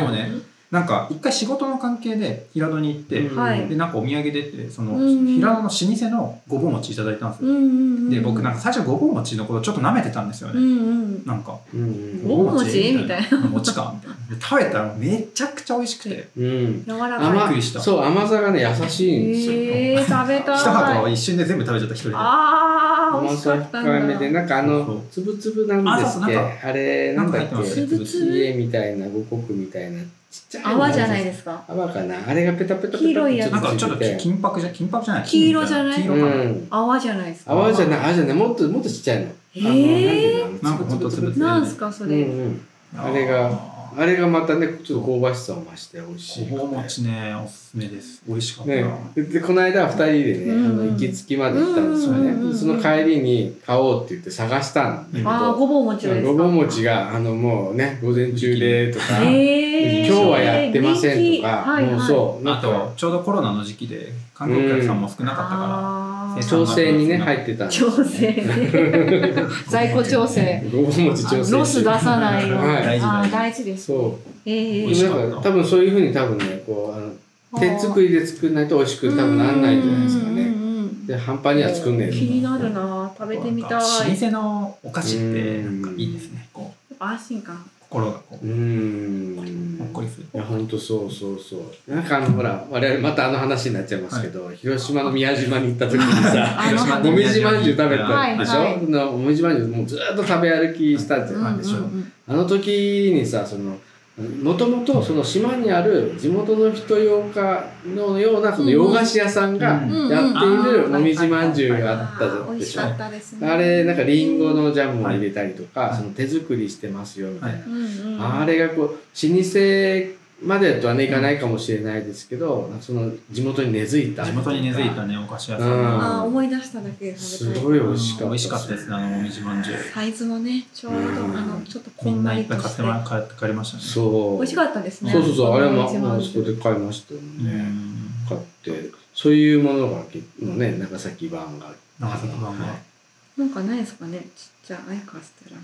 Speaker 3: もねなんか一回仕事の関係で平戸に行って、
Speaker 2: うん
Speaker 1: はい
Speaker 3: でなんかお土産でってその
Speaker 1: うん
Speaker 3: 平戸の老舗のごぼう餅いただいたんです
Speaker 1: うんうん
Speaker 3: よ、
Speaker 1: うん。
Speaker 3: で僕なんか最初ごぼう餅のことちょっと舐めてたんですよ
Speaker 1: う
Speaker 3: ね、
Speaker 1: んうん。
Speaker 3: なんか
Speaker 2: うんうん
Speaker 1: ごぼう餅
Speaker 3: ごぼう餅かみたいなで食べたらめちゃくちゃ美味しくて
Speaker 2: うん
Speaker 1: 柔らか
Speaker 2: 甘
Speaker 1: い。
Speaker 3: びっくりした
Speaker 2: そう甘さがね優しいんですよ、
Speaker 1: えー、食べ
Speaker 3: 一
Speaker 1: た
Speaker 3: 箱を
Speaker 1: い。
Speaker 3: 一瞬で全部食べちゃった一人で
Speaker 1: ああ、美
Speaker 2: 甘
Speaker 1: 味しか
Speaker 2: さ
Speaker 1: ったん
Speaker 2: 控えめで
Speaker 1: だ。
Speaker 2: なんかあ
Speaker 3: そ
Speaker 2: の
Speaker 3: う
Speaker 2: つぶつぶなんですっけ
Speaker 3: あそう
Speaker 2: あ
Speaker 3: なん
Speaker 2: れなんだっ
Speaker 3: なんか
Speaker 2: け
Speaker 3: 入ってます
Speaker 1: つぶつぶ
Speaker 2: 家みたいな五穀みたいなちっちゃい
Speaker 1: 泡じゃない
Speaker 2: い
Speaker 1: ですか。
Speaker 2: 泡かなあれがペタペタペタ
Speaker 1: 黄色いやつ
Speaker 3: なんかちょっと
Speaker 2: つぶつぶて
Speaker 3: 金箔じゃ金箔じゃない
Speaker 1: 黄色じゃない
Speaker 3: 黄色
Speaker 2: う
Speaker 3: かな、
Speaker 2: ん
Speaker 1: 泡じゃないですか。
Speaker 2: 泡じゃない泡じゃないもっともっとちっちゃいの
Speaker 1: へえ
Speaker 2: あの
Speaker 3: なん
Speaker 2: ていうの
Speaker 3: かほんとつぶつぶ
Speaker 1: なんすかそれ。
Speaker 2: うんうんあれが
Speaker 3: あ
Speaker 2: あれがまたねちょっと香ばしさを増して美味し
Speaker 3: ー
Speaker 2: い
Speaker 3: ごぼう餅ねおすすめです美味しかった、
Speaker 2: ねででこの間2人でね、
Speaker 1: うん
Speaker 2: あの行きつきまで行ったんですよね、
Speaker 1: うんうんうんうん
Speaker 2: その帰りに買おうって言って探したんだけ
Speaker 1: ああ、
Speaker 2: ど
Speaker 1: ごぼう餅ですか。
Speaker 2: ごぼう餅があのもうね午前中でとか、
Speaker 1: えー。
Speaker 2: 今日はやってませんとか、
Speaker 1: はいはい、
Speaker 2: もうそうな
Speaker 3: あ
Speaker 2: んか
Speaker 3: とちょうどコロナの時期で観光客さんも少なかったか
Speaker 1: あ
Speaker 3: ら
Speaker 1: ー
Speaker 2: 調整にね入ってたんですよ
Speaker 1: 調整ね在庫調整。
Speaker 2: ごぼう餅調整
Speaker 1: ロス出さないように。
Speaker 2: はい
Speaker 1: あー大事です。
Speaker 2: そ
Speaker 1: え
Speaker 2: う
Speaker 1: え
Speaker 3: 美味し
Speaker 2: で
Speaker 3: かった
Speaker 2: もなんか多分そういうふうに多分ねこうあの手作りで作らないと美味しく
Speaker 1: り
Speaker 2: 多分なんないんじゃないですかね
Speaker 1: ね。
Speaker 2: で半端には作んねえ
Speaker 1: 気になるな食べ
Speaker 3: ら
Speaker 1: てみた
Speaker 3: なんか
Speaker 1: い。
Speaker 3: 老舗のお菓子ってなんかいいですねこう
Speaker 1: 安心感。
Speaker 3: 心がこ
Speaker 2: う
Speaker 3: う
Speaker 2: ーん
Speaker 3: ほっこりする
Speaker 2: いや本当そうそうそうなんかあのほら我々またあの話になっちゃいますけど、広島の宮島に行った時に さ
Speaker 1: あの
Speaker 2: もみじまんじゅう食べ
Speaker 1: は
Speaker 2: た
Speaker 1: い
Speaker 2: でしょ、
Speaker 1: はい
Speaker 2: なもみじまんじゅうもうずっと食べ歩きしたじゃん、
Speaker 3: なんでしょう
Speaker 2: あの時にさそのもともとその島にある地元の人用家のようなその洋菓子屋さんがやって
Speaker 3: うん
Speaker 1: うん
Speaker 2: いる
Speaker 1: うん
Speaker 2: もみじまんじゅうがあった
Speaker 1: あー美
Speaker 2: で
Speaker 1: 味し
Speaker 2: しょ
Speaker 1: かったですね。
Speaker 2: あれなんかりんごのジャムを入れたりとか、
Speaker 3: はい
Speaker 2: その手作りしてますよみたいな、
Speaker 3: はい
Speaker 1: うんうん、
Speaker 2: あれがこう老舗までとはねいかないかもしれないですけど、その地元に根付いた
Speaker 3: 地元に根付いたねお菓子屋さ
Speaker 2: うんん
Speaker 1: あー思い出しただけで食
Speaker 2: す
Speaker 1: べたい。
Speaker 2: ごい美味しかった
Speaker 3: 美味しかったですねあのおみじまんじゅう
Speaker 1: サイズもねちょうどあ
Speaker 2: うん
Speaker 1: のちょっとこ
Speaker 3: みん
Speaker 1: ん
Speaker 3: な
Speaker 1: が
Speaker 3: いっ
Speaker 1: り
Speaker 3: ぱ
Speaker 1: と
Speaker 3: い
Speaker 1: し
Speaker 3: 買っ
Speaker 1: てて
Speaker 3: もら買って帰りましたね
Speaker 2: そう
Speaker 1: 美味しかったですね。
Speaker 2: そうそうそうあれも
Speaker 1: この
Speaker 2: もう
Speaker 1: 一
Speaker 2: そ
Speaker 1: 番
Speaker 2: こで買いましたよ
Speaker 3: う
Speaker 2: ね、
Speaker 3: ん
Speaker 2: 買ってそういうものが結構ね長崎版が
Speaker 3: 長崎版が
Speaker 1: なんかないですかねちっちゃいカステラみ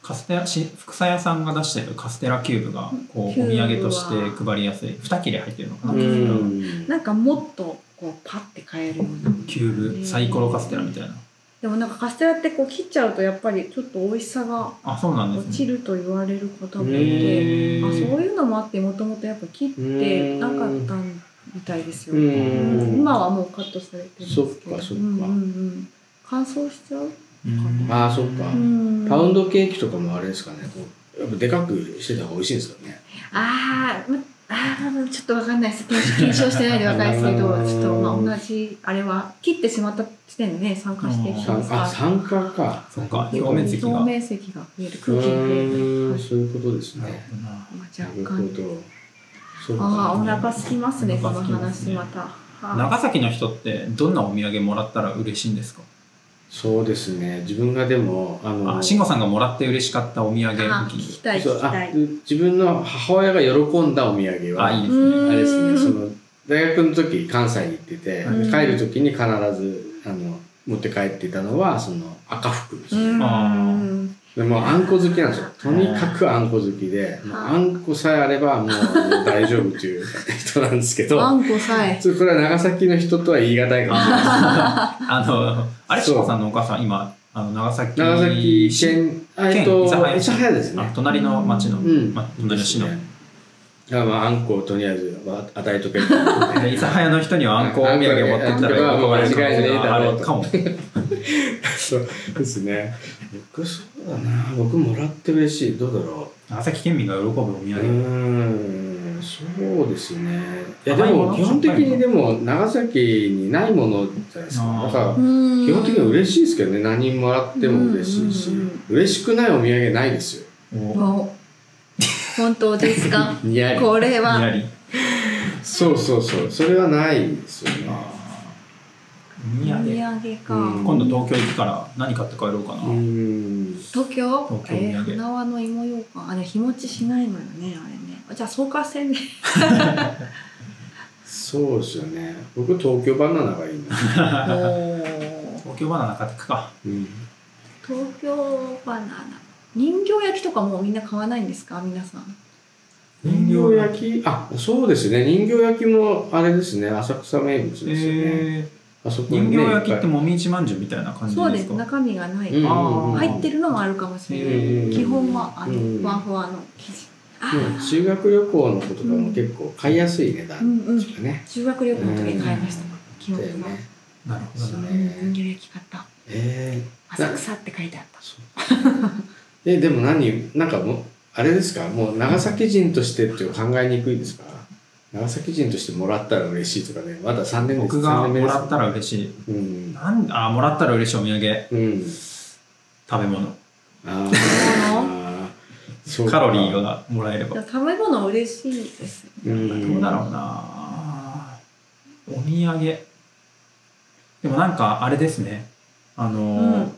Speaker 3: カステラし副菜屋さんが出してるカステラキューブがこ
Speaker 1: キ
Speaker 3: う
Speaker 1: ュー
Speaker 3: お
Speaker 1: ブ
Speaker 3: 土
Speaker 1: は
Speaker 3: 産として配りやすい2切れ入ってるのか
Speaker 2: う
Speaker 3: な、
Speaker 2: ん
Speaker 1: たいな。なんかもっとこうパッて買えるような。
Speaker 3: キューブサイコロカステラみたいな
Speaker 1: でもなんかカステラってこう切っちゃうとやっぱりちょっと美味しさが
Speaker 3: あそうなんで
Speaker 1: 落
Speaker 3: す
Speaker 1: ち
Speaker 3: ね
Speaker 1: ると言われることもあっ
Speaker 2: へ
Speaker 1: て、
Speaker 2: ー
Speaker 1: あそういうのもあってもともとやっぱ切ってなかったみたいですよ。
Speaker 2: うん
Speaker 1: 今はもうカットされてるんですけど。
Speaker 2: そっかそっ
Speaker 1: う
Speaker 2: か
Speaker 1: んうんうん乾燥しちゃう。
Speaker 3: うん
Speaker 2: あーそっか
Speaker 1: うん
Speaker 2: パウンドケーキとかもあれですかねこうやっぱでかくしてた方が美味しいんですかね
Speaker 1: あー、ま、あーちょっとわかんないです検証検証してないでわかんないですけ
Speaker 2: う
Speaker 1: ど
Speaker 2: ん
Speaker 1: ちょっとまあ同じあれは切ってしまった時点でね酸化していき
Speaker 2: さん
Speaker 1: ますか
Speaker 2: あ
Speaker 1: ら
Speaker 2: 酸化か
Speaker 3: そっか
Speaker 2: なるほ
Speaker 3: 表
Speaker 2: ど
Speaker 3: 面積
Speaker 1: 表面積
Speaker 3: が
Speaker 1: が増える
Speaker 2: う
Speaker 1: 空気が増え
Speaker 2: ー
Speaker 1: る、
Speaker 2: んそういうことです
Speaker 3: なる
Speaker 2: ね
Speaker 3: ほどな
Speaker 1: まあ、
Speaker 2: なる
Speaker 1: 若
Speaker 2: ほ
Speaker 1: 干
Speaker 2: どそうか
Speaker 1: ああお腹空きますね
Speaker 3: お
Speaker 1: こ
Speaker 3: 腹
Speaker 1: の
Speaker 3: 空きます
Speaker 1: 話
Speaker 3: ね
Speaker 1: または
Speaker 3: 長崎の人ってどんなお土産もらったら嬉しいんですか
Speaker 2: そうですね。自分がでも、あの、
Speaker 3: あ慎吾さんがもらって嬉しかったお土産
Speaker 1: いあ
Speaker 3: の時
Speaker 1: 聞き
Speaker 3: に
Speaker 1: たい
Speaker 2: そ
Speaker 1: 聞
Speaker 2: う
Speaker 1: き
Speaker 2: あ
Speaker 1: たい。
Speaker 2: 自分の母親が喜んだお土産は、
Speaker 3: あいいですね
Speaker 1: う
Speaker 2: あれです
Speaker 1: ー
Speaker 2: ね、
Speaker 1: ん
Speaker 2: その、大学の時、関西に行ってて、
Speaker 1: うん
Speaker 2: 帰る時に必ず、あの、持って帰ってたのは、その、赤服です
Speaker 1: う
Speaker 2: ね。
Speaker 1: ん
Speaker 3: あ
Speaker 2: でもうあんこ好きなんですよ。とにかくあんこ好きで、もうあんこさえあればもう大丈夫という人なんですけど、
Speaker 1: あんこさえ。
Speaker 2: ちょっとこれは長崎の人とは言い難いかもしれない
Speaker 3: あのあれ
Speaker 2: そう
Speaker 3: 慎吾さんのお母さん今あの長
Speaker 2: で
Speaker 3: 崎
Speaker 2: す。長崎県、あえっと、
Speaker 3: 県諫早
Speaker 2: 諫早です
Speaker 3: あ
Speaker 2: ね。
Speaker 3: 隣の町の、
Speaker 2: うん
Speaker 3: ま、隣の市の、
Speaker 2: ですねあまあ、あんこをとりあえずわ与えとける。
Speaker 3: で諫早の人にはあんこお土産持ってったら喜ばれる可能性があるかも
Speaker 2: そうですね。僕、そうだな。僕もらって嬉しい。どうだろ
Speaker 3: 長崎県民が喜ぶお土
Speaker 2: う。う
Speaker 3: 産、
Speaker 2: ーん、そうですね。いや、で
Speaker 3: 甘いもの
Speaker 2: も、基本的
Speaker 3: しょっぱいも
Speaker 2: に
Speaker 3: の
Speaker 2: でも、長崎にないものじゃないですか。だから
Speaker 1: う、ん
Speaker 2: 基本的には嬉しいですけどね。何もらっても嬉しいし
Speaker 1: うんうんうん。
Speaker 2: 嬉しくないお土産ないですよ。
Speaker 3: お
Speaker 1: お本当ですか
Speaker 2: いや
Speaker 1: これ
Speaker 3: にや
Speaker 1: は
Speaker 3: り
Speaker 2: そうそうそう。それはないですよね。
Speaker 3: お土
Speaker 1: お土産
Speaker 3: 産
Speaker 2: うん
Speaker 1: か
Speaker 3: 今度東京行くから何買って帰ろうかな、
Speaker 2: うーん。
Speaker 1: 東京
Speaker 3: 東京
Speaker 1: えー
Speaker 3: お土産
Speaker 1: 花輪の芋ようかんあれ日持ちしないのよねあれねあじゃあ草加せんで
Speaker 2: そうですよね。僕、東京バナナがいいな。
Speaker 1: おー
Speaker 3: 東京バナナ買ってくか
Speaker 2: うん
Speaker 1: 東京バナナ人形焼きとかもうみんな買わないんですか皆さん
Speaker 2: 人形焼きあそうですね人形焼きもあれですね浅草名物ですよね、
Speaker 3: え
Speaker 2: あそ
Speaker 3: ー
Speaker 2: こに
Speaker 3: 人
Speaker 2: ね
Speaker 3: 形焼きって
Speaker 2: いぱ
Speaker 3: もみじまんじゅうみたいな感じ
Speaker 1: そうで
Speaker 3: で
Speaker 1: すす
Speaker 3: か
Speaker 1: 中身がない、
Speaker 2: いうんうんうんうん
Speaker 1: 入ってるのもあるかもしれない、
Speaker 2: うん
Speaker 1: 基本はあの、
Speaker 2: うん
Speaker 1: ふわふわの生地あ
Speaker 2: うん
Speaker 1: ー
Speaker 2: 修学旅行の子とかも結構買いやすい値段
Speaker 1: うんうん
Speaker 2: ですかね、
Speaker 1: 修学旅行の時に買いました記
Speaker 2: だ
Speaker 1: 憶
Speaker 2: よ
Speaker 1: が、
Speaker 2: ね
Speaker 3: なるほど
Speaker 2: そう
Speaker 3: ね
Speaker 1: うん人形焼き買った
Speaker 2: え
Speaker 1: 浅草って書いてあっ
Speaker 2: ー、そう えでも何なんかもうあれですかもう長崎人としてっていう考えにくいですか長崎人としてもらったら嬉しいとかねまだ3年です
Speaker 3: 僕が
Speaker 2: 三年目
Speaker 3: も
Speaker 2: です
Speaker 3: らったら嬉しい
Speaker 2: うん
Speaker 3: なんあもらったら嬉しいお土産
Speaker 2: うん
Speaker 3: 食べ物
Speaker 2: あーそうか
Speaker 3: カロリーがもらえれば
Speaker 1: た食べ物嬉しいです
Speaker 2: うん
Speaker 3: どうだろうなお土産でもなんかあれですねあの、
Speaker 1: うん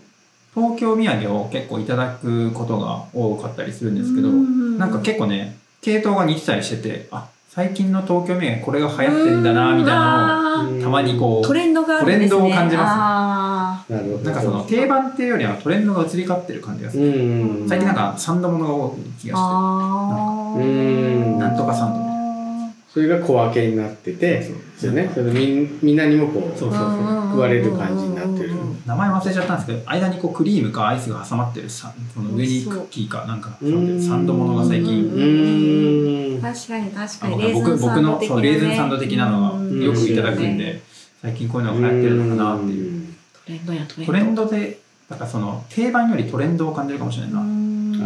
Speaker 3: 東京土産を結構いただくことが多かったりするんですけど、なんか結構ね系統が似てたりしててあ最近の東京土産これが流行ってんだなみたいな
Speaker 1: な
Speaker 2: う
Speaker 3: の
Speaker 2: ん
Speaker 3: をたまにこ
Speaker 1: ト
Speaker 3: う
Speaker 1: レンドがあるんですね
Speaker 3: トレンドを感じますね
Speaker 1: あ
Speaker 2: なるほど。
Speaker 3: なんかその定番っていうよりはトレンドが移り変わってる感じがす
Speaker 2: う
Speaker 3: る、
Speaker 2: ん。
Speaker 3: 最近なんかサンドものが多い気
Speaker 1: ー
Speaker 3: がして
Speaker 1: あー
Speaker 2: うんなん
Speaker 3: とかさんと
Speaker 2: それが小分けになってて、
Speaker 3: そう
Speaker 2: ですよね。それみんみんなにもこう、
Speaker 3: そう
Speaker 1: うんうんうんうん
Speaker 2: 食われる感じになってる。
Speaker 3: 名前忘れちゃったんですけど間にこうクリームかアイスが挟まってるさその上にクッキーかなんか挟まってるサンドものが最近
Speaker 2: うーん。
Speaker 1: 確かに確
Speaker 3: あ
Speaker 1: か
Speaker 3: の
Speaker 1: にレーズ
Speaker 3: 僕
Speaker 1: ンサ
Speaker 3: 僕
Speaker 1: ンド
Speaker 3: の
Speaker 1: 的なね
Speaker 3: そうレーズンサンド的なの
Speaker 1: う
Speaker 3: は
Speaker 1: ん
Speaker 3: よくいただくん
Speaker 1: うん
Speaker 3: で最近こういうのが流行ってるのかなっていう
Speaker 2: うん。
Speaker 1: トレンドやトレンド
Speaker 3: トレンドでだからその定番よりトレンドを感じるかもしれないな
Speaker 2: あ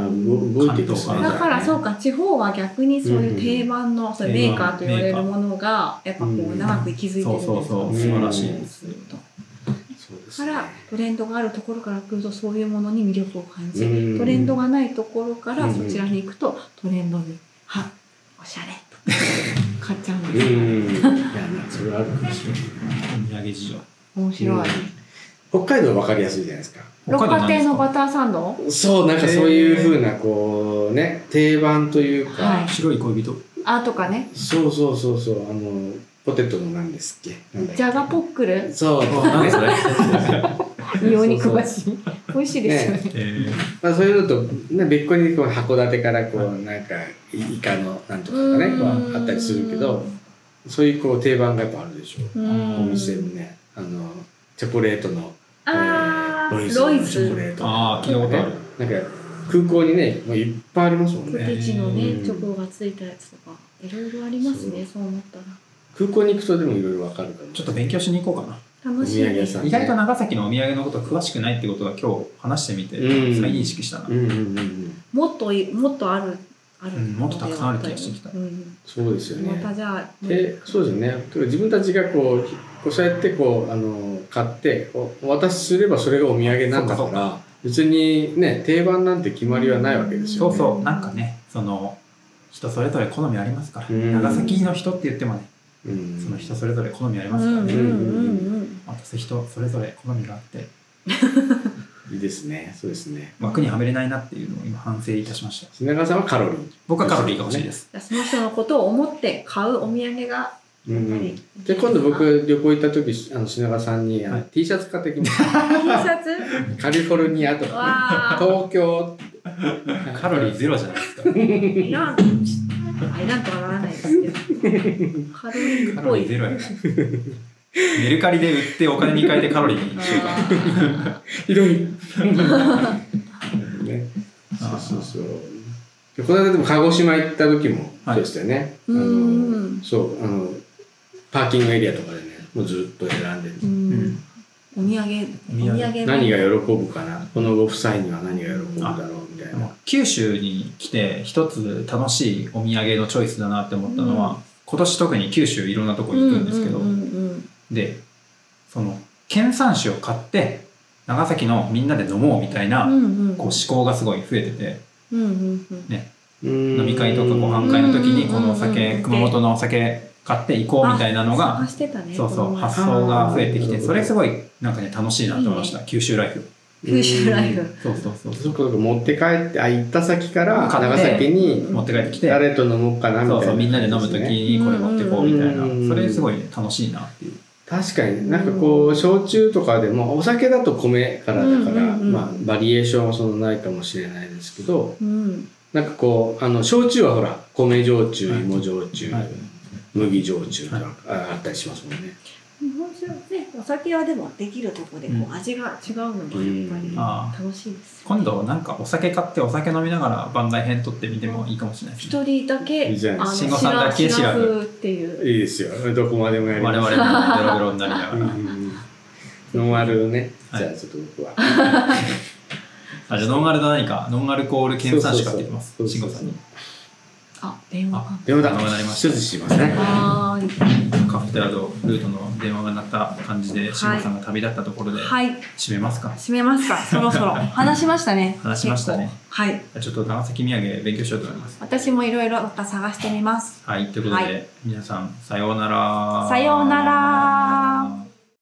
Speaker 2: 動動いていくんです
Speaker 1: だ
Speaker 2: ね。
Speaker 3: 関東
Speaker 1: からそうか地方は逆にそういう定番の、そういうメーカーと言われ
Speaker 3: メーカ
Speaker 1: る
Speaker 3: ー
Speaker 1: ものがやっぱこ
Speaker 2: う
Speaker 1: うん長く息づいてるん
Speaker 3: そう
Speaker 1: です
Speaker 3: そ
Speaker 1: よ
Speaker 3: うそううん素晴らしいです
Speaker 1: そういうこと
Speaker 2: そうで
Speaker 1: だ
Speaker 2: す
Speaker 1: か
Speaker 2: ね。
Speaker 1: らトレンドがあるところから来るとそういうものに魅力を感じ、
Speaker 2: うん
Speaker 1: トレンドがないところから
Speaker 2: うん
Speaker 1: そちらに行くとトレンドに「はおしゃれ」と買っちゃうん
Speaker 2: う
Speaker 1: ですよ
Speaker 2: ん。いや、それはあるかもしれない。
Speaker 3: お土産事情
Speaker 1: 面白い
Speaker 2: うん北海道わかりやすいじゃないですか。
Speaker 1: 六花亭の
Speaker 3: 北海道なん
Speaker 1: バターサンド
Speaker 2: そう、なんかそういうふうな、こう、ね、定番というか、
Speaker 1: は
Speaker 3: ですか白い恋人
Speaker 1: あとかね
Speaker 2: そうそうそうそう、あの、ポテトのなんですっけなんだっけ
Speaker 1: ジャガポックル
Speaker 2: そう、
Speaker 3: 何それ、
Speaker 1: 美容に詳しい美味しいですよね
Speaker 3: え
Speaker 2: まあ、そういうのと、ね、別個にこう函館からこう、なんかイイカのなんとかとかねこうあったりするけどそういうこう定番がやっぱあるでしょ
Speaker 1: う
Speaker 2: うんお店もねあのチョコレートの
Speaker 1: あ
Speaker 2: え
Speaker 1: ー
Speaker 2: ー
Speaker 1: ロイ
Speaker 2: のチョコレ
Speaker 1: ズ
Speaker 2: ート
Speaker 3: あー聞いたことある
Speaker 2: るなんか空港にねもういっぱいありますもん
Speaker 1: ポ
Speaker 2: ね
Speaker 1: テチの
Speaker 2: う
Speaker 1: ね
Speaker 2: ん
Speaker 1: チョコがついたやつとかいろいろありますねそう思ったら
Speaker 2: 空港に行くとでもいろいろわかるから
Speaker 3: ーちょっと勉強しに行こうかな
Speaker 1: 楽しいです
Speaker 2: お土産屋さん
Speaker 3: 意外と長崎のお土産のこと詳しくないってことが今日話してみて
Speaker 2: うん
Speaker 3: 再認識したな、
Speaker 2: うんうんうんうん
Speaker 1: もっといもっとあるある、
Speaker 3: うんもっとたくさんある気がしてきた
Speaker 1: うん
Speaker 2: そうですよ
Speaker 1: ま
Speaker 2: ね
Speaker 1: たじゃあ、
Speaker 2: でそうですよねというか自分たちがこうひこうそうやってこうあの買っておお渡しすればそれがお土産なんだ
Speaker 3: そ
Speaker 2: か
Speaker 3: うかそう
Speaker 2: ら別にね定番なんて決まりはないわけです
Speaker 3: そ
Speaker 2: よ、
Speaker 3: う
Speaker 2: ね、
Speaker 3: そうなんかねその人それぞれ好みありますから
Speaker 2: うん
Speaker 3: 長崎の人って言ってもね
Speaker 2: うん
Speaker 3: その人それぞれ好みありますからね、
Speaker 2: うんうん
Speaker 3: 私人それぞれ好みがあって
Speaker 2: いいですねそうですね
Speaker 3: 枠にはめれないなっていうのを今反省いたしました
Speaker 2: 品川さんはカロリー
Speaker 3: 僕はカロリーが欲しいです
Speaker 1: その人のことを思って買うお土産が
Speaker 2: う
Speaker 1: やっ
Speaker 2: んう
Speaker 1: ぱ
Speaker 2: ん
Speaker 1: り
Speaker 2: で今度僕旅行行った時あの品川さんにあの
Speaker 3: はい
Speaker 2: T シャツ買ってきました
Speaker 1: T シャツ
Speaker 2: カリフォルニアとか
Speaker 1: わー
Speaker 2: 東京
Speaker 3: カロリーゼロじゃないですか
Speaker 1: いらんあいらんとはならないですけどカロリー
Speaker 3: カ
Speaker 1: っ
Speaker 3: ロ
Speaker 1: ぽ
Speaker 3: リー
Speaker 1: い
Speaker 3: ゼロやなメルカリで売ってお金に換えてカロリーにしようかな
Speaker 1: あ
Speaker 2: ひ どいねそうそうそうでこの間でも鹿児島行った時もそうでしたよね、
Speaker 1: ーう
Speaker 2: あ
Speaker 1: ん
Speaker 2: のそうあのパーキングエリアとかでねもうずっと選んでる
Speaker 1: うんお土産お
Speaker 3: お土
Speaker 1: 土産
Speaker 2: 何が喜ぶかなこのご夫妻には何が喜ぶだろうみたい
Speaker 3: で
Speaker 2: な
Speaker 3: も九州に来て一つ楽しいお土産のチョイスだなって思ったのは、
Speaker 1: う
Speaker 3: 今年特に九州いろんなとこ行くんですけど、
Speaker 1: うんうん
Speaker 3: でその県産酒を買って長崎のみんなで飲もうみたいな、
Speaker 1: うんうんうん
Speaker 3: こう思考がすごい増えてて
Speaker 1: うんうんうん
Speaker 2: 飲
Speaker 3: 飲み会とかご飯会の時
Speaker 1: う
Speaker 3: に
Speaker 1: ん
Speaker 3: こ
Speaker 1: うんう
Speaker 3: のお
Speaker 1: んう
Speaker 3: 酒
Speaker 1: ん
Speaker 3: 熊本のお酒買っていこうみたいなの
Speaker 1: あ
Speaker 3: が
Speaker 1: 探してたね
Speaker 3: そうそう
Speaker 1: この前
Speaker 3: 発想が増えてき
Speaker 2: あ
Speaker 3: て
Speaker 2: ー
Speaker 3: それすごいなんかね楽しいなと思いました九州ライフ
Speaker 1: 九州ライフ
Speaker 3: そうそうそう
Speaker 2: そっかそっか持って帰ってあ行った先から
Speaker 3: 買
Speaker 2: 長
Speaker 3: って
Speaker 2: 崎に
Speaker 3: 持って帰ってきて
Speaker 2: 誰と飲もうかなみたい
Speaker 3: そ
Speaker 2: な、
Speaker 3: うそうみんなで飲む時にこれ持ってこうみたい
Speaker 2: うんうんうん
Speaker 3: なそれすごいね楽しいなっていう
Speaker 2: 確かになんかこう焼酎とかでもお酒だと米からだか
Speaker 1: う
Speaker 2: ら、
Speaker 1: んうんうん
Speaker 2: まあ、バリエーションはそのないかもしれないですけど
Speaker 1: うん
Speaker 2: なんかこうあの焼酎はほら米焼酎
Speaker 3: はい
Speaker 2: 芋焼酎、
Speaker 3: はい
Speaker 2: 麦焼酎とか
Speaker 3: はい
Speaker 2: ああったりしますもんね。
Speaker 1: 日本酒はねお酒はでもできるとこでこ
Speaker 3: う
Speaker 1: う味が違うのがやっ
Speaker 3: あ
Speaker 1: ぱり楽しいですよ
Speaker 3: 今度なんかお酒買ってお酒飲みながら番外編撮ってみてもいいかもしれないですね
Speaker 1: 一人だけ
Speaker 2: いいじゃない
Speaker 1: あの
Speaker 3: 慎吾さんだけ
Speaker 1: シラ
Speaker 3: シラ
Speaker 1: フっていう
Speaker 2: いいですよどこまでもやり
Speaker 3: 我
Speaker 2: ます
Speaker 3: 々もベロベロになりなが
Speaker 2: うんうん
Speaker 3: ら
Speaker 2: うんノンアルね、
Speaker 3: はい
Speaker 2: じゃあちょっと僕は。
Speaker 3: あじゃあノンアルと何かノンアルコール検査士買ってきます
Speaker 2: そうそう
Speaker 3: 慎
Speaker 2: そう
Speaker 3: 吾さんに
Speaker 1: あ電話か
Speaker 2: 電話だ。
Speaker 3: 電話鳴りました
Speaker 2: 手術しますね。
Speaker 1: はーい
Speaker 3: カフェテラドルートの電話が鳴った感じで慎吾さんが旅立ったところで
Speaker 1: はい
Speaker 3: 締めますか
Speaker 1: 閉めますかそろそろ 話しましたね
Speaker 3: 話しましたね
Speaker 1: 結構はい
Speaker 3: ちょっと長崎土産勉強しようと思います
Speaker 1: 私もいろいろまた探してみます
Speaker 3: はいということ
Speaker 1: は
Speaker 3: で皆さんさようなら
Speaker 1: さようなら